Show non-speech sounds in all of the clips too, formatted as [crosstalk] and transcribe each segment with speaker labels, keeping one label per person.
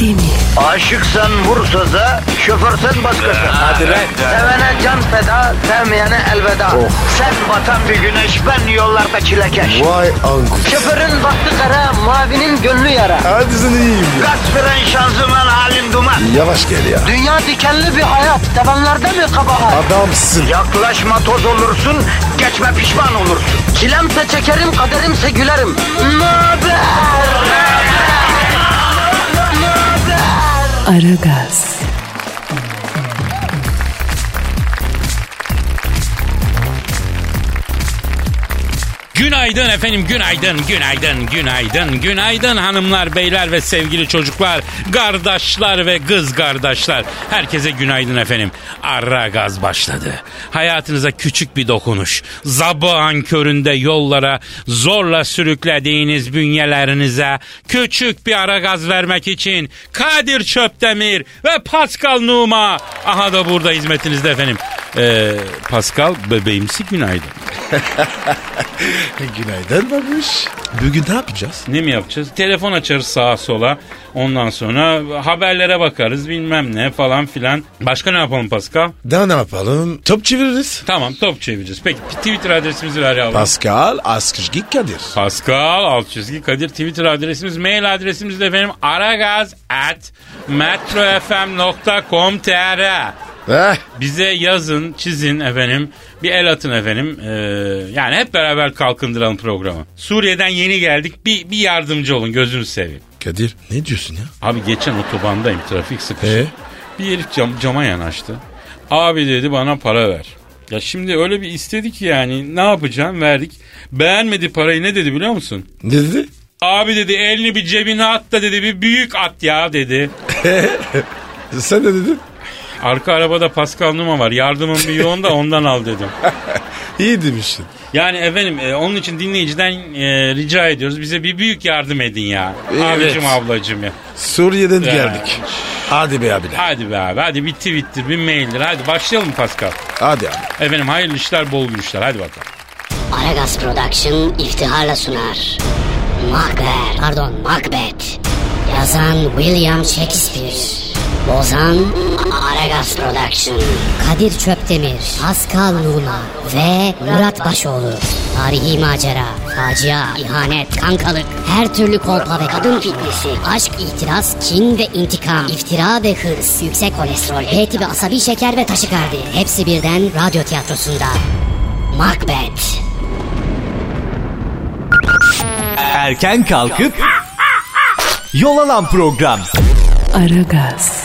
Speaker 1: değil mi?
Speaker 2: Aşıksan vursa da şoförsen başkasın. Hadi
Speaker 3: lan.
Speaker 2: Sevene can feda, sevmeyene elveda. Sen batan bir güneş, ben yollarda çilekeş.
Speaker 3: Vay anku.
Speaker 2: Şoförün baktı kara, mavinin gönlü yara.
Speaker 3: Hadi sen iyiyim ya.
Speaker 2: Kasperen şanzıman halin duman.
Speaker 3: Yavaş gel ya.
Speaker 2: Dünya dikenli bir hayat, sevenlerde mi kabahar?
Speaker 3: Adamsın.
Speaker 2: Yaklaşma toz olursun, geçme pişman olursun. Çilemse çekerim, kaderimse gülerim. Möber!
Speaker 1: Aragaz,
Speaker 4: Günaydın efendim, günaydın, günaydın, günaydın, günaydın hanımlar, beyler ve sevgili çocuklar, kardeşler ve kız kardeşler. Herkese günaydın efendim. Arra gaz başladı. Hayatınıza küçük bir dokunuş. Zabağın köründe yollara zorla sürüklediğiniz bünyelerinize küçük bir ara gaz vermek için Kadir Çöptemir ve Pascal Numa. Aha da burada hizmetinizde efendim. Ee, Pascal bebeğimsi günaydın.
Speaker 3: Günaydın babuş. Bugün ne yapacağız?
Speaker 4: Ne mi yapacağız? Telefon açarız sağa sola. Ondan sonra haberlere bakarız bilmem ne falan filan. Başka ne yapalım Pascal?
Speaker 3: Daha ne yapalım? Top çeviririz.
Speaker 4: Tamam top çevireceğiz. Peki Twitter adresimizi ver yavrum.
Speaker 3: Pascal Askışgi Kadir.
Speaker 4: Pascal alt çizgi Kadir Twitter adresimiz mail adresimiz de efendim aragaz at metrofm.com.tr
Speaker 3: Eh,
Speaker 4: bize yazın, çizin efendim. Bir el atın efendim. Ee, yani hep beraber kalkındıralım programı. Suriye'den yeni geldik. Bir, bir yardımcı olun gözünü seveyim.
Speaker 3: Kadir ne diyorsun ya?
Speaker 4: Abi geçen otobandayım trafik sıkışık.
Speaker 3: Ee?
Speaker 4: Bir herif cam, cama yanaştı. Abi dedi bana para ver. Ya şimdi öyle bir istedik yani ne yapacağım verdik. Beğenmedi parayı ne dedi biliyor musun?
Speaker 3: Ne dedi?
Speaker 4: Abi dedi elini bir cebine at da dedi bir büyük at ya dedi.
Speaker 3: Sen ne dedin?
Speaker 4: Arka arabada Pascal Numa var yardımın bir yoğun da ondan al dedim.
Speaker 3: İyi demişsin.
Speaker 4: Yani efendim e, onun için dinleyiciden e, rica ediyoruz bize bir büyük yardım edin ya.
Speaker 3: Evet.
Speaker 4: Abicim ablacım ya.
Speaker 3: Suriye'den
Speaker 4: Ya.
Speaker 3: geldik. Hadi be abiler.
Speaker 4: Hadi be abi hadi bir tweet'tir bir maildir hadi başlayalım Pascal.
Speaker 3: Hadi abi.
Speaker 4: Efendim hayırlı işler bol gülüşler hadi bakalım.
Speaker 5: Aragaz Production iftiharla sunar. Macbeth, pardon Macbeth. Yazan William Shakespeare. Bozan Aragaz Production. Kadir Çöptemir, Pascal Numa ve Murat Başoğlu. Tarihi macera, facia, ihanet, kankalık, her türlü kolpa ve kadın fitnesi, aşk, itiraz, kin ve intikam, iftira ve hırs, yüksek kolesterol, H tipi asabi şeker ve taşikardi. Hepsi birden radyo tiyatrosunda. Macbeth.
Speaker 6: Erken kalkıp yol alan program.
Speaker 1: Aragaz,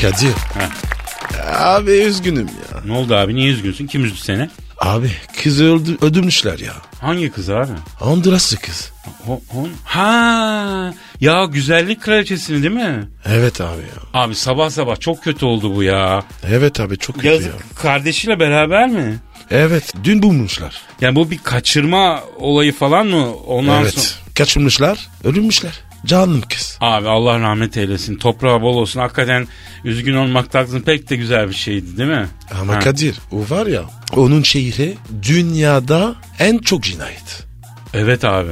Speaker 3: Kadir. Eh. Abi üzgünüm ya.
Speaker 4: Ne oldu abi niye üzgünsün? Kim üzdü seni?
Speaker 3: Abi kızı öldü, öldürmüşler ya.
Speaker 4: Hangi kız abi?
Speaker 3: Honduraslı kız.
Speaker 4: O- on- Ha ya güzellik kraliçesini değil mi?
Speaker 3: Evet abi ya.
Speaker 4: Abi sabah sabah çok kötü oldu bu ya.
Speaker 3: Evet abi çok kötü
Speaker 4: Yazık
Speaker 3: ya.
Speaker 4: kardeşiyle beraber mi?
Speaker 3: Evet dün bulmuşlar.
Speaker 4: Yani bu bir kaçırma olayı falan mı? Ondan sonra...
Speaker 3: Evet. Kaçırmışlar, ölmüşler. Canım kız.
Speaker 4: Abi Allah rahmet eylesin. Toprağı bol olsun. Hakikaten üzgün olmak lazım. Pek de güzel bir şeydi değil mi?
Speaker 3: Ama
Speaker 4: Ha.
Speaker 3: Kadir o var ya onun şehri dünyada en çok cinayet.
Speaker 4: Evet abi.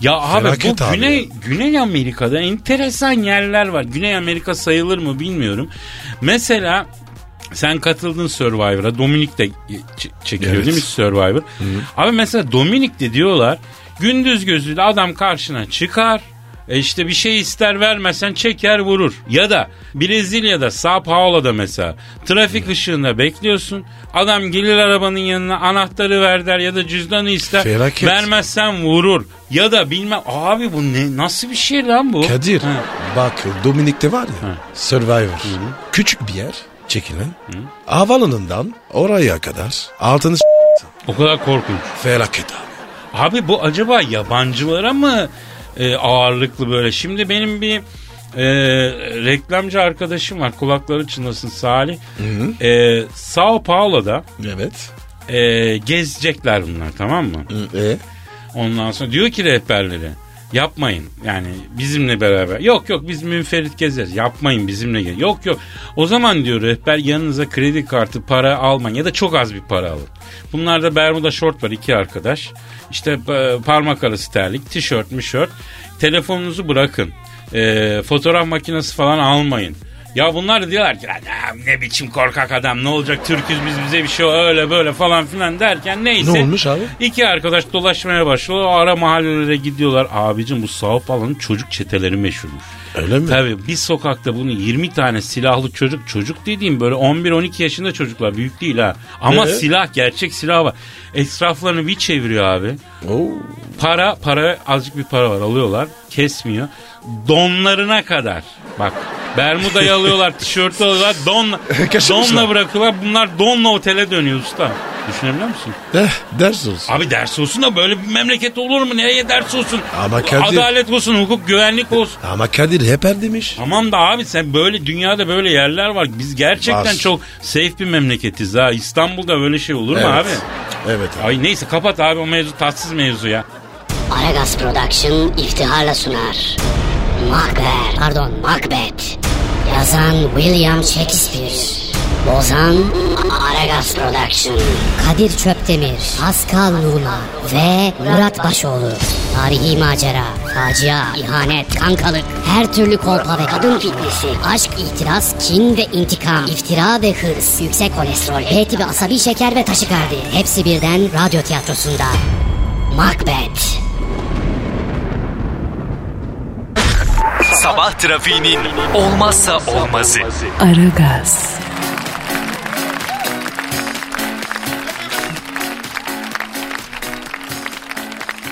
Speaker 4: Ya abi
Speaker 3: Felaket
Speaker 4: bu
Speaker 3: abi
Speaker 4: Güney,
Speaker 3: ya.
Speaker 4: Güney Amerika'da enteresan yerler var. Güney Amerika sayılır mı bilmiyorum. Mesela sen katıldın Survivor'a. Dominik de ç- çekiyor
Speaker 3: Evet.
Speaker 4: değil mi Survivor? Abi mesela Dominik'te diyorlar gündüz gözüyle adam karşına çıkar. E işte bir şey ister vermezsen çeker vurur. Ya da Brezilya'da Sao Paulo'da mesela trafik ışığında bekliyorsun. Adam gelir arabanın yanına anahtarı ver der ya da cüzdanı ister.
Speaker 3: Felaket.
Speaker 4: Vermezsen vurur. Ya da bilmem abi bu ne nasıl bir şey lan bu?
Speaker 3: Kadir
Speaker 4: Ha.
Speaker 3: bak Dominik'te var ya Survivor küçük bir yer çekilen havalanından oraya kadar altını s-
Speaker 4: O kadar korkunç.
Speaker 3: felaket abi.
Speaker 4: Abi bu acaba yabancılara mı e, ağırlıklı böyle? Şimdi benim bir e, reklamcı arkadaşım var. Kulakları çınlasın Salih. E, Sao Paulo'da
Speaker 3: Evet.
Speaker 4: e, gezecekler bunlar tamam mı?
Speaker 3: E?
Speaker 4: Ondan sonra diyor ki rehberleri. Yapmayın yani bizimle beraber. Yok yok biz münferit gezeriz. Yapmayın bizimle gel. Yok yok. O zaman diyor rehber yanınıza kredi kartı para almayın ya da çok az bir para alın. Bunlarda Bermuda short var iki arkadaş. İşte e, parmak arası terlik, tişört, mişört. Telefonunuzu bırakın. E, fotoğraf makinesi falan almayın. Ya bunlar da diyorlar ki "Lan ya ne biçim korkak adam ne olacak Türküz biz bize bir şey öyle böyle falan filan derken neyse.
Speaker 3: Ne olmuş abi?
Speaker 4: İki arkadaş dolaşmaya başlıyorlar. O ara mahallelere gidiyorlar. Abicim bu Sao Paulo'nun çocuk çeteleri meşhurmuş.
Speaker 3: Öyle mi?
Speaker 4: Tabii bir sokakta bunu 20 tane silahlı çocuk çocuk dediğim böyle 11-12 yaşında çocuklar büyük değil ha. Ama
Speaker 3: Ee?
Speaker 4: silah gerçek silah var. Etraflarını bir çeviriyor abi.
Speaker 3: Oo.
Speaker 4: Para, para azıcık bir para var alıyorlar. Kesmiyor. Donlarına kadar. Bak
Speaker 3: [laughs]
Speaker 4: Bermuda'yı alıyorlar, tişörtü alıyorlar. Don,
Speaker 3: Kaçırmışlar.
Speaker 4: donla bırakıyorlar. Bunlar donla otele dönüyor usta. Düşünebiliyor musun?
Speaker 3: Eh, ders olsun.
Speaker 4: Abi ders olsun da böyle bir memleket olur mu? Nereye ders olsun?
Speaker 3: Ama Kadir-
Speaker 4: Adalet olsun, hukuk, güvenlik olsun.
Speaker 3: Ama Kadir heper demiş.
Speaker 4: Tamam da abi sen böyle dünyada böyle yerler var. Biz gerçekten
Speaker 3: Var.
Speaker 4: çok safe bir memleketiz ha. İstanbul'da böyle şey olur mu
Speaker 3: Evet.
Speaker 4: abi?
Speaker 3: Evet abi.
Speaker 4: Ay neyse kapat abi o mevzu tatsız mevzu ya.
Speaker 5: Aragaz Production iftiharla sunar. Macbeth, pardon Macbeth. Yazan William Shakespeare. Bozan Aragaz Production. Kadir Çöptemir, Pascal Numa ve Murat Başoğlu. Tarihi macera, facia, ihanet, kankalık, her türlü kolpa ve kadın fitnesi, aşk, itiraz, kin ve intikam, iftira ve hırs, yüksek kolesterol, H tipi asabi şeker ve taşikardi. Hepsi birden radyo tiyatrosunda. Macbeth.
Speaker 6: Sabah trafiğinin olmazsa olmazı.
Speaker 1: Aragaz,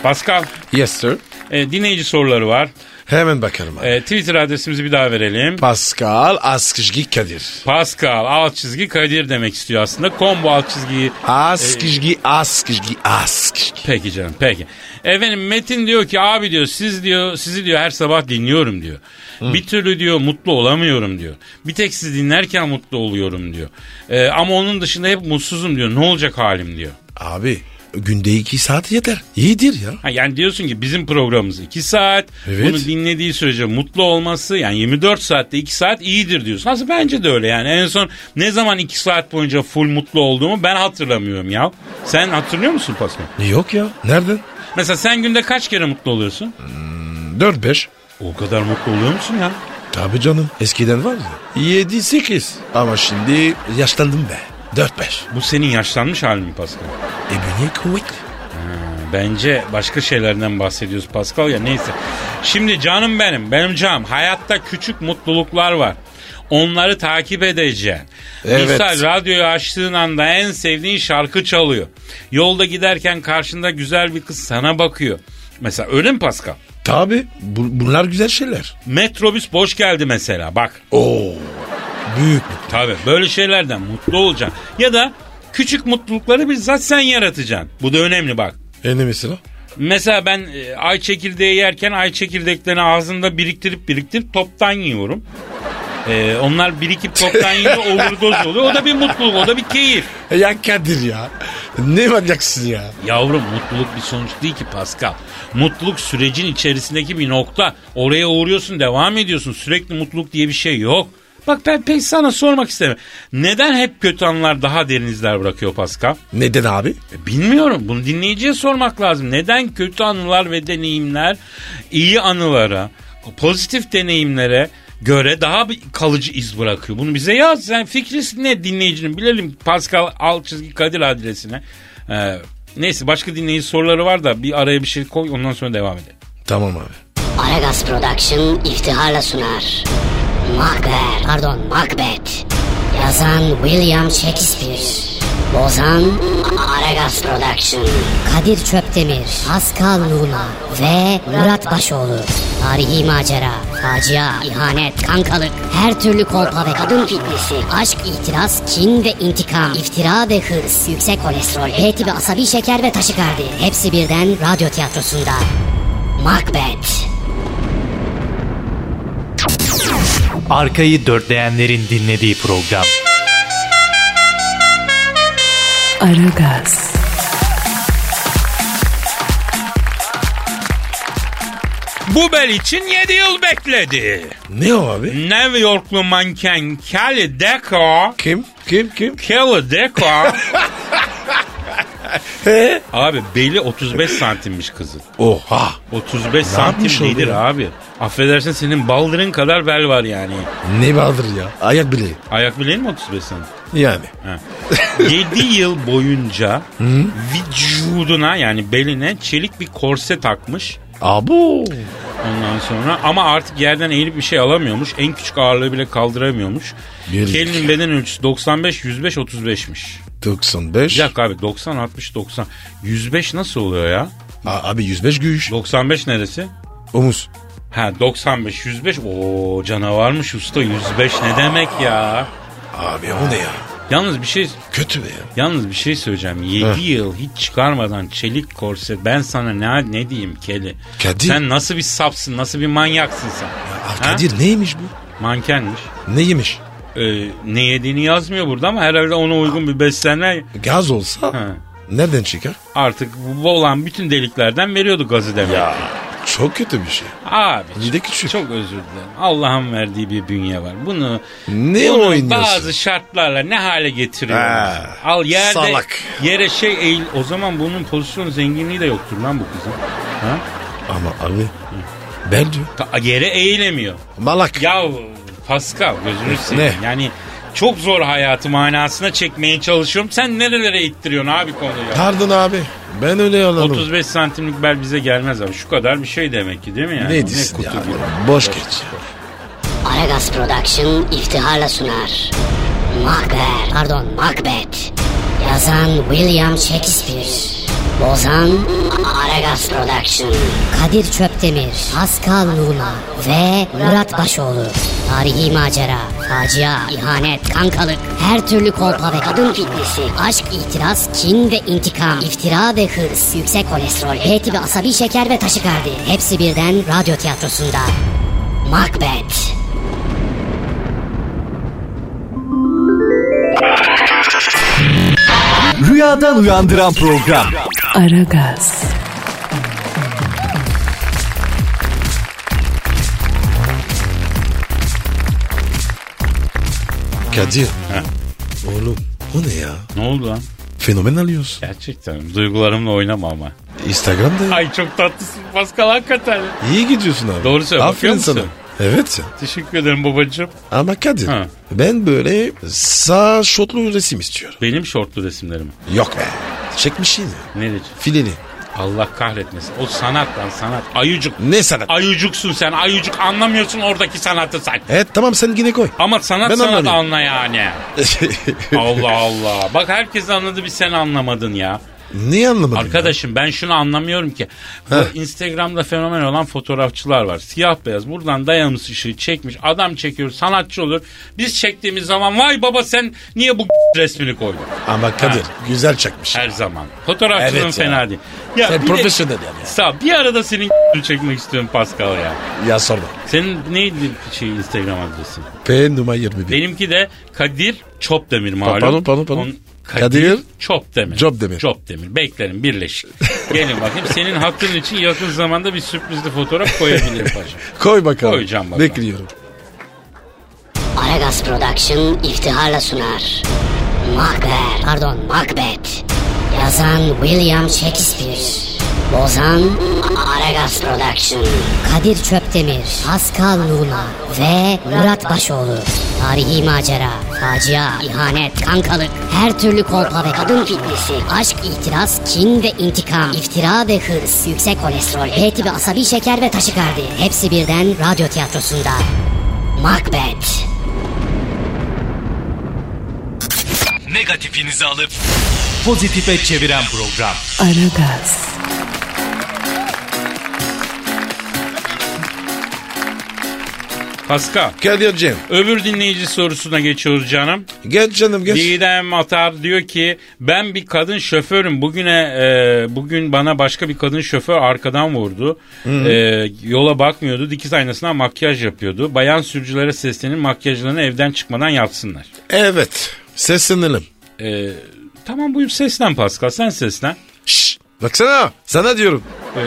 Speaker 4: Pascal
Speaker 3: Yes sir.
Speaker 4: E, dinleyici soruları var.
Speaker 3: Hemen bakarım abi.
Speaker 4: E, Twitter adresimizi bir daha verelim.
Speaker 3: Pascal Askışgi Kadir.
Speaker 4: Pascal alt çizgi Kadir demek istiyor aslında. Combo alt çizgiyi.
Speaker 3: Askışgi Askışgi Askışgi.
Speaker 4: Peki canım peki. Efendim Metin diyor ki abi diyor siz diyor sizi diyor her sabah dinliyorum diyor. Bir türlü diyor mutlu olamıyorum diyor. Bir tek sizi dinlerken mutlu oluyorum diyor. E, ama onun dışında hep mutsuzum diyor. Ne olacak halim diyor.
Speaker 3: Abi günde iki saat yeter. İyidir ya.
Speaker 4: Ha, yani diyorsun ki bizim programımız 2 saat.
Speaker 3: Evet.
Speaker 4: Bunu dinlediği sürece mutlu olması yani 24 saatte 2 saat iyidir diyorsun. Aslında bence de öyle yani. En son ne zaman 2 saat boyunca full mutlu olduğumu ben hatırlamıyorum ya. Sen hatırlıyor musun Pascal?
Speaker 3: E, Yok ya. Nereden?
Speaker 4: Mesela sen günde kaç kere mutlu oluyorsun?
Speaker 3: Dört beş.
Speaker 4: O kadar mutlu oluyor musun ya?
Speaker 3: Tabii canım. Eskiden var ya. Yedi sekiz. Ama şimdi yaşlandım be. Dört beş.
Speaker 4: Bu senin yaşlanmış halin mi Pascal?
Speaker 3: E bünye kuvvetli.
Speaker 4: Bence başka şeylerden bahsediyoruz Pascal ya neyse. Şimdi canım benim, benim canım. Hayatta küçük mutluluklar var. Onları takip edeceksin.
Speaker 3: Evet.
Speaker 4: Misal radyoyu açtığın anda en sevdiğin şarkı çalıyor. Yolda giderken karşında güzel bir kız sana bakıyor. Mesela öyle mi Pascal?
Speaker 3: Tabii. bu- bunlar güzel şeyler.
Speaker 4: Metrobüs boş geldi mesela bak.
Speaker 3: Oo. Büyük mü?
Speaker 4: Tabii böyle şeylerden mutlu olacaksın. Ya da küçük mutlulukları bizzat sen yaratacaksın. Bu da önemli bak.
Speaker 3: E ne mesela?
Speaker 4: Mesela ben e, ay çekirdeği yerken ay çekirdeklerini ağzımda biriktirip biriktirip toptan yiyorum. E, onlar birikip toptan yiyince overdose oluyor. O da bir mutluluk, o da bir keyif.
Speaker 3: E ya Kadir ya. Ne manyaksın ya.
Speaker 4: Yavrum mutluluk bir sonuç değil ki Pascal. Mutluluk sürecin içerisindeki bir nokta. Oraya uğruyorsun, devam ediyorsun. Sürekli mutluluk diye bir şey yok. Bak ben pek sana sormak istemem. Neden hep kötü anlar daha derin izler bırakıyor Pascal?
Speaker 3: Neden abi?
Speaker 4: E, Bilmiyorum. Bunu dinleyiciye sormak lazım. Neden kötü anılar ve deneyimler iyi anılara, pozitif deneyimlere göre daha bir kalıcı iz bırakıyor? Bunu bize yaz. Sen fikrisin ne dinleyicinin? Bilelim Pascal alt çizgi Kadir adresine. Ee, neyse başka dinleyici soruları var da bir araya bir şey koy ondan sonra devam edelim.
Speaker 3: Tamam abi.
Speaker 5: Aragaz Production iftiharla sunar. Macbeth, pardon Macbeth. Yazan William Shakespeare. Bozan Aragaz Production. Kadir Çöptemir, Pascal Numa ve Murat Başoğlu. Tarihi macera, facia, ihanet, kankalık, her türlü kolpa ve kadın fitnesi, aşk, itiraz, kin ve intikam, iftira ve hırs, yüksek kolesterol, H tipi asabi şeker ve taşikardi. Hepsi birden radyo tiyatrosunda. Macbeth.
Speaker 6: Arkayı dörtleyenlerin dinlediği program.
Speaker 1: Aragaz,
Speaker 4: Bu bel için 7 yıl bekledi.
Speaker 3: Ne o abi?
Speaker 4: New Yorklu manken Kelly Deco
Speaker 3: Kim? Kim? Kim?
Speaker 4: Kelly Deco [laughs] Abi beli 35 santimmiş kızın.
Speaker 3: Oha.
Speaker 4: 35
Speaker 3: yapmış
Speaker 4: santim
Speaker 3: oldu
Speaker 4: nedir
Speaker 3: ya?
Speaker 4: abi? Affedersin senin baldırın kadar bel var yani.
Speaker 3: Ne baldır ya? Ayak bileği.
Speaker 4: Ayak bileğin mi
Speaker 3: [laughs]
Speaker 4: 35 santim?
Speaker 3: Yani.
Speaker 4: 7 yıl boyunca vücuduna yani beline çelik bir korse takmış.
Speaker 3: Abu.
Speaker 4: Ondan sonra ama artık yerden eğilip bir şey alamıyormuş. En küçük ağırlığı bile kaldıramıyormuş.
Speaker 3: Bir-
Speaker 4: Kelinin beden ölçüsü 95 105 35'miş.
Speaker 3: 95.
Speaker 4: Bir dakika abi 90 60 90 105 nasıl oluyor ya?
Speaker 3: A- abi 105 güç.
Speaker 4: 95 neresi?
Speaker 3: Omuz.
Speaker 4: Ha 95 105. Oo canavarmış usta 105 ne demek ya?
Speaker 3: Abi o ne ya?
Speaker 4: Yalnız bir şey
Speaker 3: Kötü be ya.
Speaker 4: yalnız bir şey söyleyeceğim. 7 yıl hiç çıkarmadan çelik korse ben sana ne ne diyeyim keli?
Speaker 3: Kadir.
Speaker 4: Sen nasıl bir sapsın? Nasıl bir manyaksın sen?
Speaker 3: Aa,
Speaker 4: Ha?
Speaker 3: Kadir neymiş bu?
Speaker 4: Mankenmiş.
Speaker 3: Ne yemiş?
Speaker 4: Ee, ne yediğini yazmıyor burada ama herhalde ona uygun bir beslenme.
Speaker 3: Gaz olsa
Speaker 4: Ha.
Speaker 3: nereden çıkar?
Speaker 4: Artık bu olan bütün deliklerden veriyordu gazı demek.
Speaker 3: Çok kötü bir şey.
Speaker 4: Abi
Speaker 3: Bir de küçük.
Speaker 4: çok özür dilerim. Allah'ın verdiği bir bünye var. Bunu
Speaker 3: Ne
Speaker 4: bunu
Speaker 3: oynuyorsun?
Speaker 4: bazı şartlarla ne hale getiriyor?
Speaker 3: Ha,
Speaker 4: Al yerde
Speaker 3: salak.
Speaker 4: yere şey eğil. O zaman bunun pozisyon zenginliği de yoktur lan bu kızın. Ha?
Speaker 3: Ama abi ben diyor.
Speaker 4: Ta- yere eğilemiyor.
Speaker 3: Malak.
Speaker 4: Ya Pascal gözünü seveyim.
Speaker 3: Ne?
Speaker 4: Yani çok zor hayatı manasına çekmeye çalışıyorum. Sen nerelere ittiriyorsun abi konuyu?
Speaker 3: Pardon abi. Ben öyle alalım.
Speaker 4: 35 santimlik bel bize gelmez abi. Şu kadar bir şey demek ki değil mi yani?
Speaker 3: Ne diyorsun ya?
Speaker 4: gibi.
Speaker 3: Boş geç.
Speaker 5: Aragaz Production iftiharla sunar. Macbeth, pardon Macbeth. Yazan William Shakespeare. Bozan Aragaz Production. Kadir Çöptemir, Pascal Numa ve Murat Başoğlu. Tarihi macera, facia, ihanet, kankalık, her türlü kolpa ve kadın fitnesi, aşk, itiraz, kin ve intikam, iftira ve hırs, yüksek kolesterol, H tipi asabi şeker ve taşikardi. Hepsi birden radyo tiyatrosunda. Macbeth.
Speaker 7: Rüyadan uyandıran program.
Speaker 1: Aragaz,
Speaker 3: Kadir. Oğlum bu ne ya?
Speaker 4: Ne oldu lan?
Speaker 3: Fenomen alıyorsun.
Speaker 4: Gerçekten duygularımla oynama ama.
Speaker 3: Instagram'da
Speaker 4: [laughs] Ay çok tatlısın Pascal hakikaten.
Speaker 3: iyi gidiyorsun abi.
Speaker 4: Doğru söylüyor,
Speaker 3: Aferin
Speaker 4: bakıyor
Speaker 3: sana.
Speaker 4: musun?
Speaker 3: Evet. ya.
Speaker 4: Teşekkür ederim babacığım.
Speaker 3: Ama Kadir
Speaker 4: Ha.
Speaker 3: ben böyle sağ şotlu resim istiyorum.
Speaker 4: Benim şortlu resimlerim.
Speaker 3: Yok be. şey Çekmişsin ya.
Speaker 4: Nereci?
Speaker 3: Fileni.
Speaker 4: Allah kahretmesin. O sanat lan sanat. Ayucuk.
Speaker 3: Ne sanat?
Speaker 4: Ayucuksun sen. Ayucuk anlamıyorsun oradaki sanatı sen.
Speaker 3: evet tamam sen yine
Speaker 4: [laughs]
Speaker 3: koy.
Speaker 4: Ama sanat
Speaker 3: Ben
Speaker 4: sanat
Speaker 3: anlamıyorum.
Speaker 4: anla yani. Allah Allah. Bak herkes anladı bir sen anlamadın ya.
Speaker 3: Niye anlamadın?
Speaker 4: Arkadaşım ben şunu anlamıyorum ki. Bu
Speaker 3: Heh.
Speaker 4: Instagram'da fenomen olan fotoğrafçılar var. Siyah beyaz. Buradan dayanımsız ışığı çekmiş. Adam çekiyor. Sanatçı olur. Biz çektiğimiz zaman vay baba sen niye bu [laughs] resmini koydun?
Speaker 3: ya? Ama Kadir güzel çakmış.
Speaker 4: Her zaman. Fotoğrafçılığın
Speaker 3: Evet ya.
Speaker 4: fena değil. Ya
Speaker 3: Sen
Speaker 4: bir de-
Speaker 3: profesyonel yani.
Speaker 4: Sağ bir arada senin [laughs] çekmek istiyorum Pascal ya.
Speaker 3: Ya sorma.
Speaker 4: Senin neydi şey Instagram adresin?
Speaker 3: P numara 21.
Speaker 4: Benimki de Kadir Çopdemir malum.
Speaker 3: pardon, pardon, pardon.
Speaker 4: Onun- Kadir
Speaker 3: Kadir
Speaker 4: Çopdemir.
Speaker 3: Çopdemir.
Speaker 4: Çopdemir. Beklerim birleşik. Gelin bakayım senin hakkın için yakın zamanda bir sürprizli
Speaker 3: [laughs]
Speaker 4: fotoğraf koyabilirim paşam.
Speaker 3: Koy bakalım.
Speaker 4: Koyacağım bakalım.
Speaker 3: Bekliyorum.
Speaker 5: Aragaz Production iftiharla sunar. Macbeth, pardon Macbeth. Yazan William Shakespeare. Bozan Aragaz Production. Kadir Çöptemir, Pascal Numa ve Murat Başoğlu. Tarihi macera, facia, ihanet, kankalık, her türlü kolpa ve kadın fitnesi, aşk, itiraz, kin ve intikam, iftira ve hırs, yüksek kolesterol, H tipi asabi şeker ve taşikardi. Hepsi birden radyo tiyatrosunda. Macbeth.
Speaker 6: Negatifinizi alıp pozitife çeviren program.
Speaker 1: Aragaz,
Speaker 4: Pascal
Speaker 3: Kadir'cim.
Speaker 4: öbür dinleyici sorusuna geçiyoruz canım.
Speaker 3: Geç canım geç.
Speaker 4: Didem Atar diyor ki ben bir kadın şoförüm. Bugüne e, bugün bana başka bir kadın şoför arkadan vurdu. E, yola bakmıyordu. Dikiz aynasına makyaj yapıyordu. Bayan sürücülere seslenin makyajlarını evden çıkmadan yapsınlar.
Speaker 3: Evet. Seslenelim.
Speaker 4: E, tamam buyur seslen Pascal. Sen seslen.
Speaker 3: Şşş. Baksana sana diyorum.
Speaker 4: E,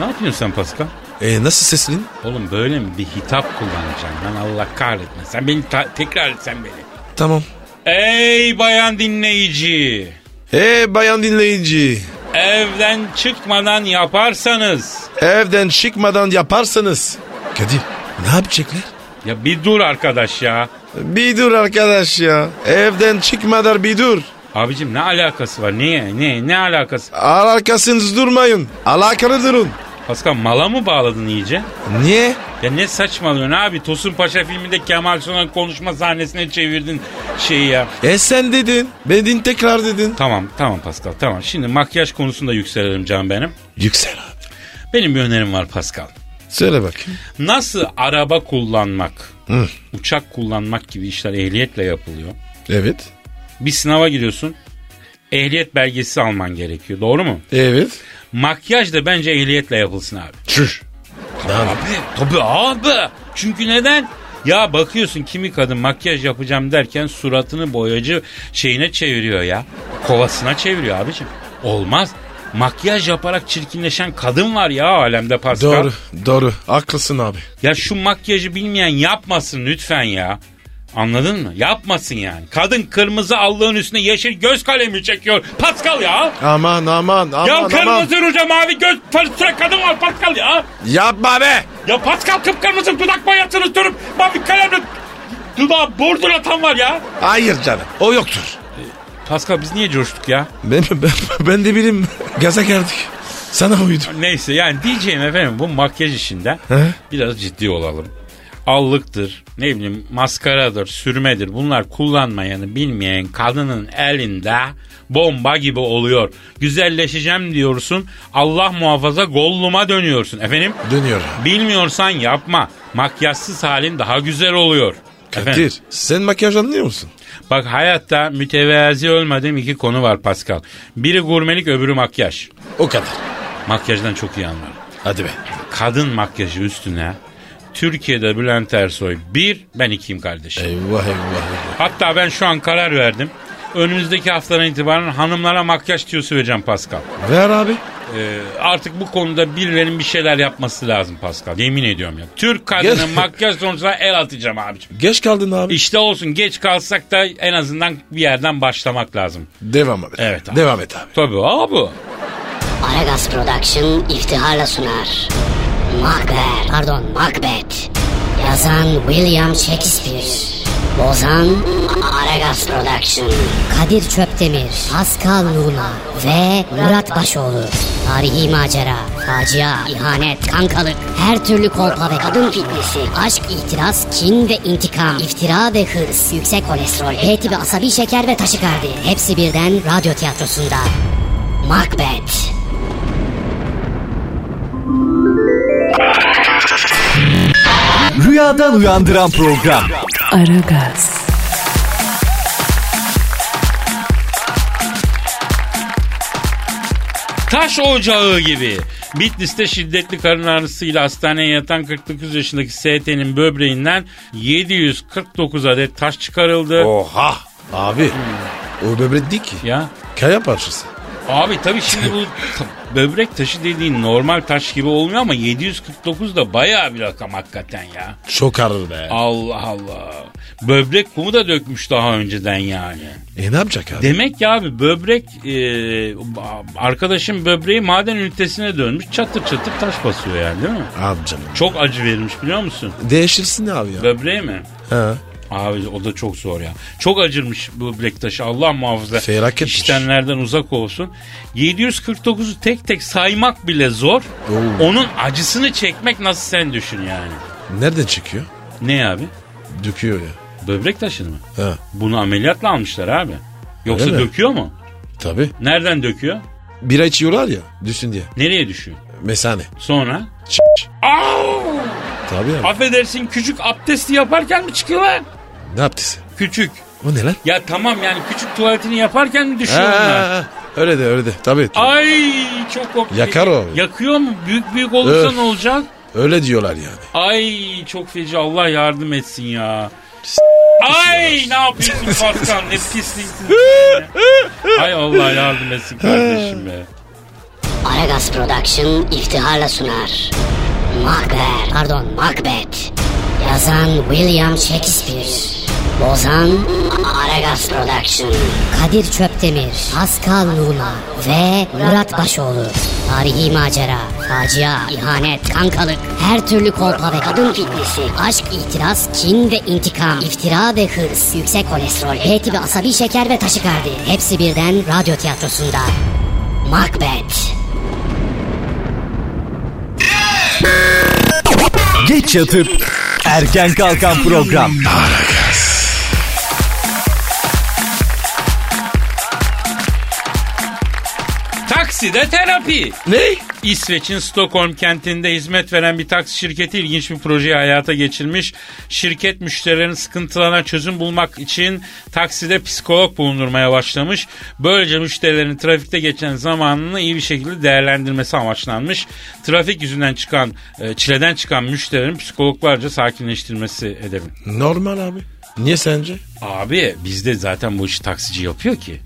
Speaker 4: ne yapıyorsun sen Pascal?
Speaker 3: E nasıl seslenin?
Speaker 4: Oğlum böyle mi bir hitap kullanacaksın lan Allah kahretmesin. Sen beni ta- tekrar et sen beni.
Speaker 3: Tamam.
Speaker 4: Ey bayan dinleyici.
Speaker 3: E bayan dinleyici.
Speaker 4: Evden çıkmadan yaparsanız.
Speaker 3: Evden çıkmadan yaparsanız. Kadir ne yapacaklar?
Speaker 4: Ya bir dur arkadaş ya.
Speaker 3: Bir dur arkadaş ya. Evden çıkmadan bir dur.
Speaker 4: Abicim ne alakası var? Niye? Ne? Ne alakası?
Speaker 3: Alakasınız durmayın. Alakalı durun.
Speaker 4: Pascal mala mı bağladın iyice?
Speaker 3: Niye?
Speaker 4: Ya ne saçmalıyorsun abi? Tosun Paşa filminde Kemal Sunal konuşma sahnesine çevirdin şeyi ya.
Speaker 3: E sen dedin. Bedin tekrar dedin.
Speaker 4: Tamam tamam Pascal tamam. Şimdi makyaj konusunda yükselelim can benim.
Speaker 3: Yüksel abi.
Speaker 4: Benim bir önerim var Pascal.
Speaker 3: Söyle bakayım.
Speaker 4: Nasıl araba kullanmak, uçak kullanmak gibi işler ehliyetle yapılıyor.
Speaker 3: Evet.
Speaker 4: Bir sınava giriyorsun. Ehliyet belgesi alman gerekiyor. Doğru mu?
Speaker 3: Evet.
Speaker 4: Makyaj da bence ehliyetle yapılsın abi.
Speaker 3: Çüş.
Speaker 4: Abi tabii abi. Çünkü neden? Ya bakıyorsun kimi kadın makyaj yapacağım derken suratını boyacı şeyine çeviriyor ya. Kovasına çeviriyor abicim. Olmaz. Makyaj yaparak çirkinleşen kadın var ya alemde Pascal.
Speaker 3: Doğru, doğru. Haklısın abi.
Speaker 4: Ya şu makyajı bilmeyen yapmasın lütfen ya. Anladın mı? Yapmasın yani. Kadın kırmızı allığın üstüne yeşil göz kalemi çekiyor. Pascal ya.
Speaker 3: Aman aman aman
Speaker 4: ya
Speaker 3: aman.
Speaker 4: kırmızı ruja mavi göz fırça kadın var Pascal ya.
Speaker 3: Yapma be.
Speaker 4: Ya Pascal kıpkırmızı dudak boyasını sürüp mavi kalemle dudağa bordür atan var ya.
Speaker 3: Hayır canım. O yoktur.
Speaker 4: Pascal biz niye coştuk ya?
Speaker 3: Ben, ben, ben de bilim gaza geldik. Sana uydum.
Speaker 4: Neyse yani diyeceğim efendim bu makyaj işinde
Speaker 3: He?
Speaker 4: biraz ciddi olalım. Allıktır, ne bileyim maskaradır, sürmedir. Bunlar kullanmayanı bilmeyen kadının elinde bomba gibi oluyor. Güzelleşeceğim diyorsun. Allah muhafaza golluma dönüyorsun. Efendim?
Speaker 3: Dönüyor.
Speaker 4: Bilmiyorsan yapma. Makyajsız halin daha güzel oluyor. Efendim?
Speaker 3: Kadir sen makyaj anlıyor musun?
Speaker 4: Bak hayatta mütevazi olmadığım iki konu var Pascal. Biri gurmelik öbürü makyaj.
Speaker 3: O kadar.
Speaker 4: Makyajdan çok iyi anlarım.
Speaker 3: Hadi be.
Speaker 4: Kadın makyajı üstüne Türkiye'de Bülent Ersoy bir ben ikiyim kardeşim.
Speaker 3: Eyvah eyvah. eyvah.
Speaker 4: Hatta ben şu an karar verdim. Önümüzdeki haftadan itibaren hanımlara makyaj tüyosu vereceğim Pascal.
Speaker 3: Ver abi.
Speaker 4: Ee, artık bu konuda birilerinin bir şeyler yapması lazım Pascal. Yemin ediyorum ya. Türk kadının
Speaker 3: Gel.
Speaker 4: makyaj sonucuna el atacağım abicim.
Speaker 3: Geç kaldın abi.
Speaker 4: İşte olsun geç kalsak da en azından bir yerden başlamak lazım.
Speaker 3: Devam abi.
Speaker 4: Evet abi.
Speaker 3: Devam et abi.
Speaker 4: Tabii abi.
Speaker 5: Aragaz Production iftiharla sunar. Macbeth, pardon Macbeth. Yazan William Shakespeare. Bozan Aragaz Production. Kadir Çöptemir, Pascal Nurma ve Murat Başoğlu. Tarihi macera, facia, ihanet, kankalık, her türlü kolpa ve kadın fitnesi, aşk, itiraz, kin ve intikam, iftira ve hırs, yüksek kolesterol, H tipi asabi şeker ve taşikardi. Hepsi birden radyo tiyatrosunda. Macbeth.
Speaker 7: Rüyadan uyandıran program.
Speaker 1: Aragaz,
Speaker 4: Taş ocağı gibi. Bitlis'te şiddetli karın ağrısıyla hastaneye yatan 49 yaşındaki ST'nin böbreğinden 749 adet taş çıkarıldı.
Speaker 3: Oha. Abi. O böbrek değil ki.
Speaker 4: Ya
Speaker 3: Kaya parçası.
Speaker 4: abi tabii şimdi bu ta- böbrek taşı dediğin normal taş gibi olmuyor ama 749 da bayağı bir rakam hakikaten ya.
Speaker 3: Çok ağır be.
Speaker 4: Allah Allah. Böbrek kumu da dökmüş daha önceden yani.
Speaker 3: E ne yapacak abi?
Speaker 4: Demek ki abi böbrek e, ba- arkadaşın böbreği maden ünitesine dönmüş çatır çatır taş basıyor yani değil mi?
Speaker 3: abi canım.
Speaker 4: Çok acı verilmiş biliyor musun?
Speaker 3: Değişirsin ne abi ya?
Speaker 4: Böbreği mi?
Speaker 3: Ha.
Speaker 4: Abi o da çok zor ya. Çok acırmış bu bilek taşı Allah muhafaza.
Speaker 3: Felaket etmiş.
Speaker 4: İştenlerden uzak olsun. 749'u tek tek saymak bile zor.
Speaker 3: Oo.
Speaker 4: Onun acısını çekmek nasıl sen düşün yani.
Speaker 3: Nereden çıkıyor?
Speaker 4: Ne abi?
Speaker 3: Döküyor ya.
Speaker 4: Böbrek taşını mı?
Speaker 3: Ha.
Speaker 4: Bunu ameliyatla almışlar abi. Yoksa
Speaker 3: Öyle mi?
Speaker 4: döküyor mu?
Speaker 3: Tabii.
Speaker 4: Nereden döküyor?
Speaker 3: Bira içiyorlar ya. Düşsün diye.
Speaker 4: Nereye düşüyor?
Speaker 3: Mesane.
Speaker 4: Sonra?
Speaker 3: Ç- ç-
Speaker 4: Au!
Speaker 3: Tabii abi.
Speaker 4: Affedersin küçük abdesti yaparken mi çıkıyor lan?
Speaker 3: Ne yaptıysa?
Speaker 4: Küçük.
Speaker 3: O ne lan?
Speaker 4: Ya tamam yani küçük tuvaletini yaparken mi
Speaker 3: Ha,
Speaker 4: düşüyor Şey onlar?
Speaker 3: ha, ha. Öyle de öyle de. Tabii.
Speaker 4: Ay çok korkunç.
Speaker 3: Yakar o.
Speaker 4: Yakıyor mu? Büyük büyük olursa
Speaker 3: Öf.
Speaker 4: ne olacak?
Speaker 3: Öyle diyorlar yani.
Speaker 4: Ay çok feci Allah yardım etsin ya. Ay ne yapıyorsun Pascal ne pisliksin. sen
Speaker 3: [laughs]
Speaker 4: ya. Ay Allah yardım etsin kardeşim be.
Speaker 5: Aragaz Production iftiharla sunar. Macbeth, pardon Macbeth. Yazan William Shakespeare. Bozan Aragaz Production. Kadir Çöptemir, Pascal Luna ve Murat Başoğlu. Tarihi macera, facia, ihanet, kankalık, her türlü kolpa ve kadın fitnesi, aşk, itiraz, kin ve intikam, iftira ve hırs, yüksek kolesterol, H tipi asabi şeker ve taşikardi. Hepsi birden radyo tiyatrosunda. Macbeth.
Speaker 7: Geç yatıp erken kalkan program.
Speaker 4: Takside terapi.
Speaker 3: Ne?
Speaker 4: İsveç'in Stockholm kentinde hizmet veren bir taksi şirketi ilginç bir projeyi hayata geçirmiş. Şirket müşterilerin sıkıntılarına çözüm bulmak için takside psikolog bulundurmaya başlamış. Böylece müşterilerin trafikte geçen zamanını iyi bir şekilde değerlendirmesi amaçlanmış. Trafik yüzünden çıkan, e, çileden çıkan müşterilerin psikologlarca sakinleştirmesi hedefi.
Speaker 3: Normal abi. Niye sence?
Speaker 4: Abi bizde zaten bu işi taksici yapıyor ki.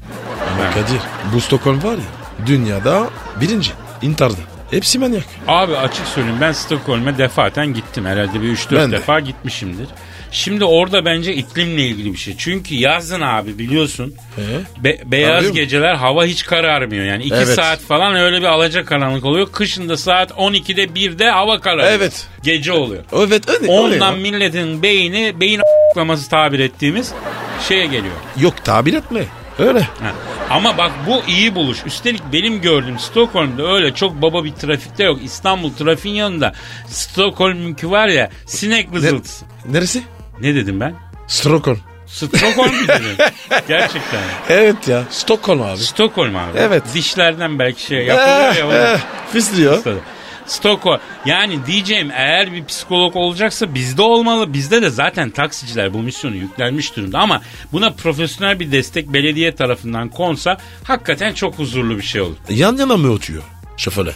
Speaker 3: Ama Kadir bu Stockholm var ya dünyada birinci intarda. Hepsi manyak.
Speaker 4: Abi açık söyleyeyim ben Stockholm'e defaten gittim. Herhalde bir 3-4
Speaker 3: Ben de.
Speaker 4: defa gitmişimdir. Şimdi orada bence iklimle ilgili bir şey. Çünkü yazın abi biliyorsun.
Speaker 3: Ee?
Speaker 4: be- beyaz
Speaker 3: Ağrıyor mu?
Speaker 4: geceler hava hiç kararmıyor yani. 2
Speaker 3: Evet.
Speaker 4: saat falan öyle bir alaca karanlık oluyor. Kışın da saat 12'de 1'de hava kararıyor.
Speaker 3: Evet.
Speaker 4: Gece oluyor.
Speaker 3: Evet öyle.
Speaker 4: Ondan milletin beyni beyin a**laması tabir ettiğimiz şeye geliyor.
Speaker 3: Yok tabir etme. Öyle.
Speaker 4: Ha. Ama bak bu iyi buluş. Üstelik benim gördüğüm Stockholm'da öyle çok baba bir trafikte yok. İstanbul trafiğin yanında. Stockholm'unki var ya sinek vızıltısı.
Speaker 3: Neresi?
Speaker 4: Ne, dedim ben?
Speaker 3: Stockholm.
Speaker 4: Stockholm mu dedim? Gerçekten.
Speaker 3: Evet ya. Stockholm abi.
Speaker 4: Stockholm abi.
Speaker 3: Evet.
Speaker 4: Dişlerden belki şey yapılıyor ya.
Speaker 3: Eh, [laughs]
Speaker 4: böyle.
Speaker 3: eh, Fısılıyor.
Speaker 4: Tabii. Stockholm. Yani diyeceğim eğer bir psikolog olacaksa bizde olmalı. Bizde de zaten taksiciler bu misyonu yüklenmiş durumda. Ama buna profesyonel bir destek belediye tarafından konsa hakikaten çok huzurlu bir şey olur.
Speaker 3: Yan yana mı oturuyor şoförle?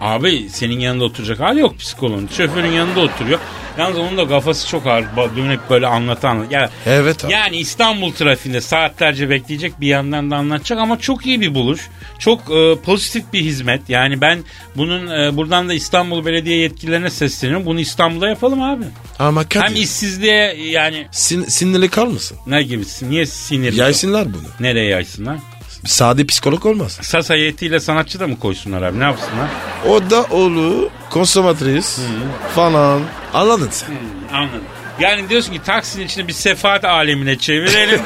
Speaker 4: Abi senin yanında oturacak hali yok psikoloğun. Şoförün yanında oturuyor. Yalnız onun da kafası çok ağır. Ba- Dönüp böyle anlatan. Ya,
Speaker 3: Evet abi.
Speaker 4: Yani İstanbul trafiğinde saatlerce bekleyecek bir yandan da anlatacak ama çok iyi bir buluş. Çok e, pozitif bir hizmet. Yani ben bunun e, buradan da İstanbul Belediye yetkililerine sesleniyorum. Bunu İstanbul'da yapalım abi.
Speaker 3: Ama Kadir
Speaker 4: Hem işsizliğe yani
Speaker 3: sin- sinirli kalmasın.
Speaker 4: ne gibisin? Niye sinirli?
Speaker 3: Yaysınlar bunu.
Speaker 4: Nereye yaysınlar?
Speaker 3: Sade psikolog olmaz.
Speaker 4: Sas heyetiyle sanatçı da mı koysunlar abi? Ne yapsınlar?
Speaker 3: O da oğlu konsomatris falan. Anladın sen.
Speaker 4: Anladım. Yani diyorsun ki taksinin içinde bir sefaat
Speaker 3: [laughs]
Speaker 4: alemine çevirelim.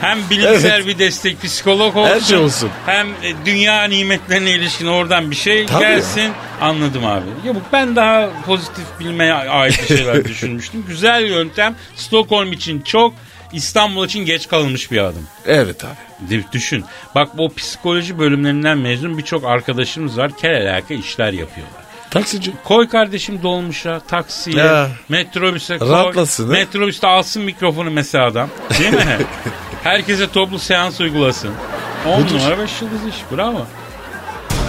Speaker 4: hem bilimsel
Speaker 3: Evet.
Speaker 4: bir destek psikolog olsun.
Speaker 3: Her şey olsun.
Speaker 4: Hem e, dünya nimetlerine ilişkin oradan bir şey
Speaker 3: Tabii
Speaker 4: gelsin. Anladım abi. Ya bu ben daha pozitif bilmeye ait
Speaker 3: [laughs]
Speaker 4: bir şeyler düşünmüştüm. Güzel yöntem. Stockholm için çok, İstanbul için geç kalınmış bir adım.
Speaker 3: Evet abi.
Speaker 4: Di- Düşün. Bak bu psikoloji bölümlerinden mezun birçok arkadaşımız var. Kel alaka işler yapıyorlar.
Speaker 3: Taksici.
Speaker 4: Koy kardeşim dolmuşa, taksiye,
Speaker 3: Ya.
Speaker 4: metrobüse koy.
Speaker 3: Rahatlasın, he?
Speaker 4: Metrobüste alsın mikrofonu mesela adam.
Speaker 3: [laughs]
Speaker 4: Değil mi? Herkese toplu seans uygulasın. 10
Speaker 3: Budur.
Speaker 4: numara 5 yıldız iş. Bravo.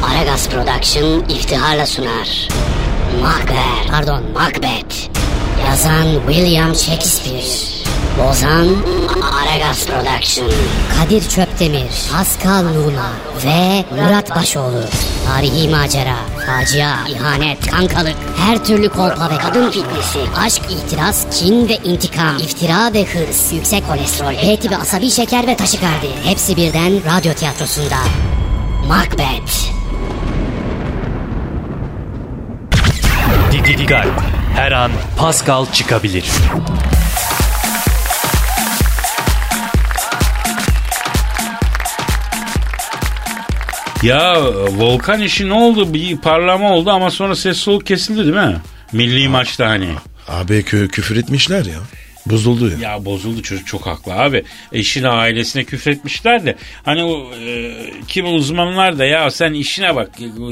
Speaker 5: Aragaz Production iftiharla sunar. Macbeth, pardon Macbeth. Yazan William Shakespeare. Bozan Aragaz Production. Kadir Çöptemir, Pascal Luna ve Murat Başoğlu. Tarihi macera, facia, ihanet, kankalık, her türlü kolpa ve kadın fitnesi, aşk, itiraz, kin ve intikam, iftira ve hırs, yüksek kolesterol, H tipi asabi şeker ve taşikardi. Hepsi birden radyo tiyatrosunda. Macbeth.
Speaker 6: Didi Digal. Her an Pascal çıkabilir.
Speaker 4: Ya volkan işi ne oldu? Bir parlama oldu ama sonra ses soluk kesildi değil mi? Milli maçta hani.
Speaker 3: Abi kö- küfür etmişler ya. Bozuldu ya.
Speaker 4: Ya bozuldu çocuk çok haklı abi. Eşine ailesine küfretmişler de. Hani o e, kimi uzmanlar da ya sen işine bak.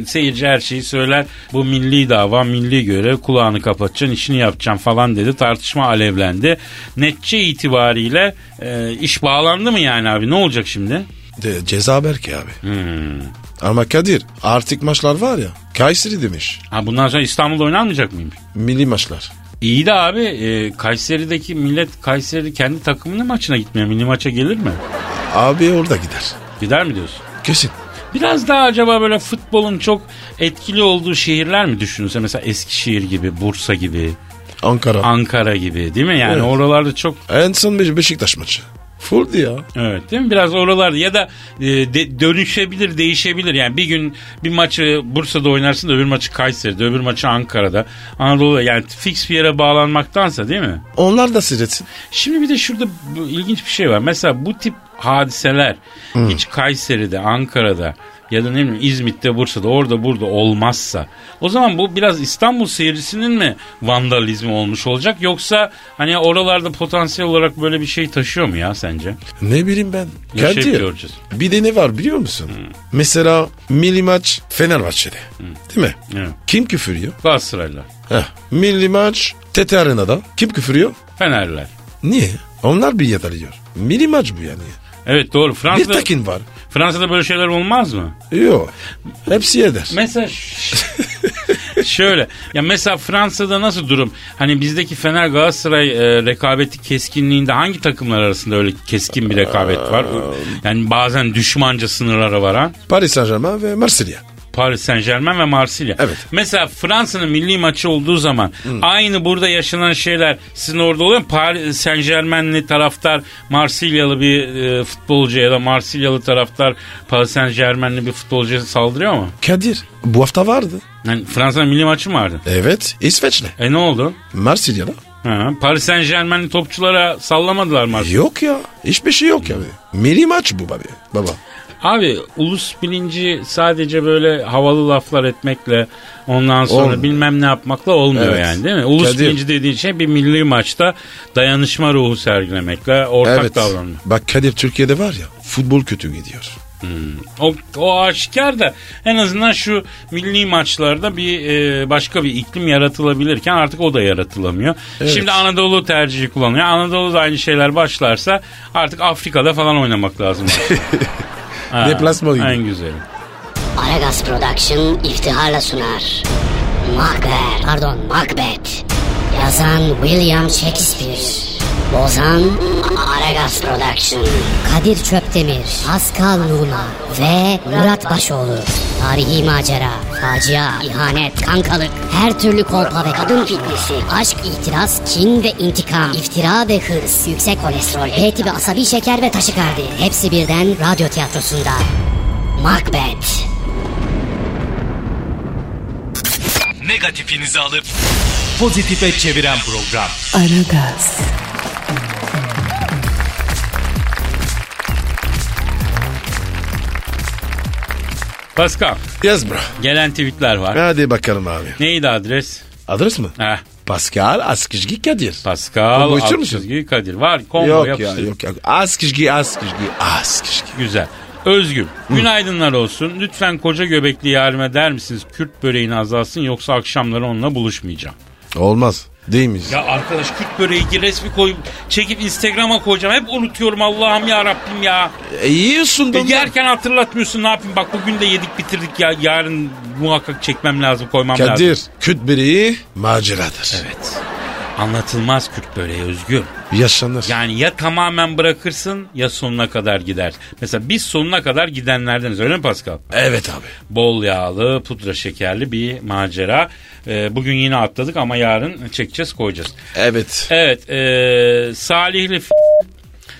Speaker 4: Seyirci her şeyi söyler. Bu milli dava milli görev kulağını kapatacaksın işini yapacaksın falan dedi. Tartışma alevlendi. Netçe itibariyle e, iş bağlandı mı yani abi ne olacak şimdi?
Speaker 3: De, ceza belki abi. Hmm. Ama Kadir artık maçlar var ya. Kayseri demiş.
Speaker 4: Ha bundan sonra İstanbul'da oynanmayacak mıymış?
Speaker 3: Milli maçlar.
Speaker 4: İyi de abi e, Kayseri'deki millet Kayseri kendi takımının maçına gitmiyor. Milli maça gelir mi?
Speaker 3: Abi orada gider.
Speaker 4: Gider mi diyorsun?
Speaker 3: Kesin.
Speaker 4: Biraz daha acaba böyle futbolun çok etkili olduğu şehirler mi düşünülse? Mesela Eskişehir gibi, Bursa gibi,
Speaker 3: Ankara.
Speaker 4: Ankara gibi değil mi? Yani
Speaker 3: Evet.
Speaker 4: oralarda çok
Speaker 3: en son bir Beşiktaş maçı. Full ya.
Speaker 4: Evet değil mi? Biraz oralarda ya da e, de- dönüşebilir, değişebilir. Yani bir gün bir maçı Bursa'da oynarsın da öbür maçı Kayseri'de, öbür maçı Ankara'da. Anadolu'da yani fix bir yere bağlanmaktansa değil mi?
Speaker 3: Onlar da seyretsin.
Speaker 4: Şimdi bir de şurada bu ilginç bir şey var. Mesela bu tip hadiseler hiç Kayseri'de, Ankara'da ya da ne bileyim İzmit'te, Bursa'da orada burada olmazsa o zaman bu biraz İstanbul seyircisinin mi vandalizmi olmuş olacak yoksa hani oralarda potansiyel olarak böyle bir şey taşıyor mu ya sence?
Speaker 3: Ne şey Hmm. bileyim ben.
Speaker 4: Yaşayıp
Speaker 3: Kadir,
Speaker 4: göreceğiz.
Speaker 3: Bir de ne var biliyor musun? Mesela milli maç Fenerbahçe'de. Değil mi?
Speaker 4: Evet.
Speaker 3: Kim küfürüyor?
Speaker 4: Galatasaraylılar,
Speaker 3: Heh. Milli maç TT Arena'da. Kim küfürüyor?
Speaker 4: Fenerler.
Speaker 3: Niye? Onlar bir yatalıyor. Milli maç bu yani.
Speaker 4: Evet doğru.
Speaker 3: Bir
Speaker 4: Fransa'da,
Speaker 3: takin var.
Speaker 4: Fransa'da böyle şeyler olmaz mı?
Speaker 3: Yok. Hepsi eder.
Speaker 4: Mesela ş- [laughs] şöyle ya mesela Fransa'da nasıl durum? Hani bizdeki Fener Galatasaray e, rekabeti keskinliğinde hangi takımlar arasında öyle keskin bir rekabet var? Yani bazen düşmanca sınırlara varan
Speaker 3: Paris Saint Germain ve Marsilya.
Speaker 4: Paris Saint Germain ve Marsilya.
Speaker 3: Evet.
Speaker 4: Mesela Fransa'nın milli maçı olduğu zaman aynı burada yaşanan şeyler sizin orada oluyor mu? Paris Saint Germain'li taraftar Marsilyalı bir e, futbolcu ya da Marsilyalı taraftar Paris Saint Germain'li bir futbolcuya saldırıyor mu?
Speaker 3: Kadir bu hafta vardı.
Speaker 4: Yani Fransa'nın milli maçı mı vardı?
Speaker 3: Evet İsveç'le.
Speaker 4: E ne oldu?
Speaker 3: Marsilya'da.
Speaker 4: Ha, Paris Saint Germain'li topçulara sallamadılar mı?
Speaker 3: Yok ya. Hiçbir şey yok yani. Milli maç bu baba. Baba.
Speaker 4: Abi ulus bilinci sadece böyle havalı laflar etmekle ondan sonra
Speaker 3: Olmuyor.
Speaker 4: bilmem ne yapmakla olmuyor
Speaker 3: Evet.
Speaker 4: yani değil mi? Ulus
Speaker 3: Kadir.
Speaker 4: bilinci dediğin şey bir milli maçta dayanışma ruhu sergilemekle ortak
Speaker 3: Evet.
Speaker 4: davranma.
Speaker 3: Bak Kadir Türkiye'de var ya futbol kötü gidiyor.
Speaker 4: O, o aşikar da en azından şu milli maçlarda bir e, başka bir iklim yaratılabilirken artık o da yaratılamıyor. Şimdi Anadolu tercihi kullanıyor. Anadolu'da aynı şeyler başlarsa artık Afrika'da falan oynamak [laughs] lazım. Ha,
Speaker 3: Deplasman gibi.
Speaker 4: En güzeli.
Speaker 5: Aragaz Production iftiharla sunar. Macbeth, pardon Macbeth. Yazan William Shakespeare. Bozan Aragaz Production. Kadir Çöptemir, Pascal Numa ve Murat Başoğlu. Tarihi macera, facia, ihanet, kankalık, her türlü kolpa ve kadın fitnesi, aşk, itiraz, kin ve intikam, iftira ve hırs, yüksek kolesterol, H tipi asabi şeker ve taşikardi. Hepsi birden radyo tiyatrosunda. Macbeth.
Speaker 6: Negatifinizi alıp pozitife çeviren program.
Speaker 1: Aragaz,
Speaker 4: Pascal
Speaker 3: Yaz bro.
Speaker 4: gelen tweetler var.
Speaker 3: Hadi bakalım abi.
Speaker 4: Neydi adres?
Speaker 3: Adres mi?
Speaker 4: Heh,
Speaker 3: Pascal Askizgi Kadir.
Speaker 4: Pascal
Speaker 3: Kombo istiyor
Speaker 4: alt
Speaker 3: musun?
Speaker 4: çizgi Kadir. Var combo
Speaker 3: yok ya
Speaker 4: yapıştır.
Speaker 3: yok ya. Askizgi Askizgi Askizgi.
Speaker 4: Güzel. Özgür, günaydınlar olsun. Lütfen koca göbekli yarime der misiniz? Kürt böreğini azalsın yoksa akşamları onunla buluşmayacağım.
Speaker 3: Olmaz. Değil miyiz?
Speaker 4: Ya arkadaş Kürt böreği ki resmi koyup çekip Instagram'a koyacağım. Hep unutuyorum Allah'ım ya Rabbim ya.
Speaker 3: E, yiyorsun
Speaker 4: E,
Speaker 3: da.
Speaker 4: yerken hatırlatmıyorsun ne yapayım? Bak bugün de yedik bitirdik ya. Yarın muhakkak çekmem lazım koymam lazım.
Speaker 3: Kadir. Küt biri maceradır.
Speaker 4: Evet. Anlatılmaz Kürt böreği Özgür.
Speaker 3: Yaşanır.
Speaker 4: Yani ya tamamen bırakırsın ya sonuna kadar gider. Mesela biz sonuna kadar gidenlerdeniz öyle mi Pascal?
Speaker 3: Evet abi.
Speaker 4: Bol yağlı, pudra şekerli bir macera. Ee, bugün yine atladık ama yarın çekeceğiz koyacağız.
Speaker 3: Evet.
Speaker 4: Evet ee, Salihli f-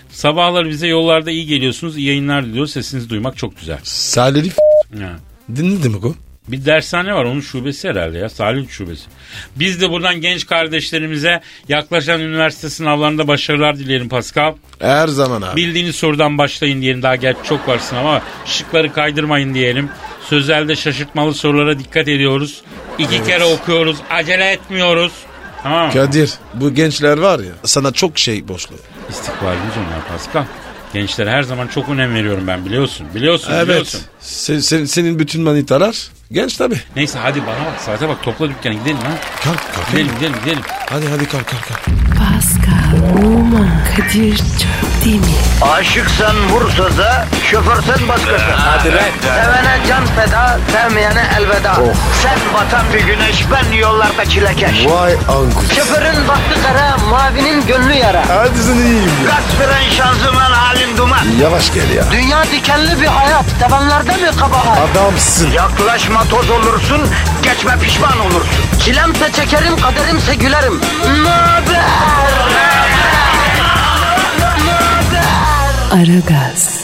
Speaker 4: Sabahları bize yollarda iyi geliyorsunuz, iyi yayınlar diliyoruz. Sesinizi duymak çok güzel.
Speaker 3: Salih f-
Speaker 4: Ha.
Speaker 3: ne demek o?
Speaker 4: Bir dershane var onun şubesi herhalde ya Salih şubesi. Biz de buradan genç kardeşlerimize yaklaşan üniversite sınavlarında başarılar dileyelim Pascal.
Speaker 3: Her zaman abi.
Speaker 4: Bildiğiniz sorudan başlayın diyelim. Daha gerçi çok varsın ama şıkları kaydırmayın diyelim. Sözelde şaşırtmalı sorulara dikkat ediyoruz. İki kere okuyoruz. Acele etmiyoruz. Tamam mı?
Speaker 3: Kadir bu gençler var ya sana çok şey borçlu.
Speaker 4: İstikbalimiz onlar Pascal. Gençlere her zaman çok önem veriyorum ben biliyorsun. Biliyorsun biliyorsun.
Speaker 3: Evet. Sen, sen- senin bütün manitalar genç tabi.
Speaker 4: Neyse hadi bana bak saate bak topla dükkanı gidelim ha.
Speaker 3: Kalk kalk.
Speaker 4: Gidelim gidelim gidelim.
Speaker 3: Hadi hadi kalk kalk kalk.
Speaker 1: Pascal, Oman, Kadir çok değil mi?
Speaker 2: Aşıksan vursa da, şoförsen başkasın. Hadi Sevene can feda, sevmeyene elveda.
Speaker 8: Oh.
Speaker 2: Sen batan bir güneş, ben yollarda çilekeş.
Speaker 8: Vay anku.
Speaker 2: Şoförün baktı kara, mavinin gönlü yara.
Speaker 8: Hadi sen iyiyim ya.
Speaker 2: Kasperen şanzıman halin duman.
Speaker 8: Yavaş gel ya.
Speaker 2: Dünya dikenli bir hayat, sevenlerde mi kabahar?
Speaker 8: Adamsın.
Speaker 2: Yaklaşma toz olursun, geçme pişman olursun. Çilemse çekerim, kaderimse gülerim. Möber!
Speaker 1: Aragaz.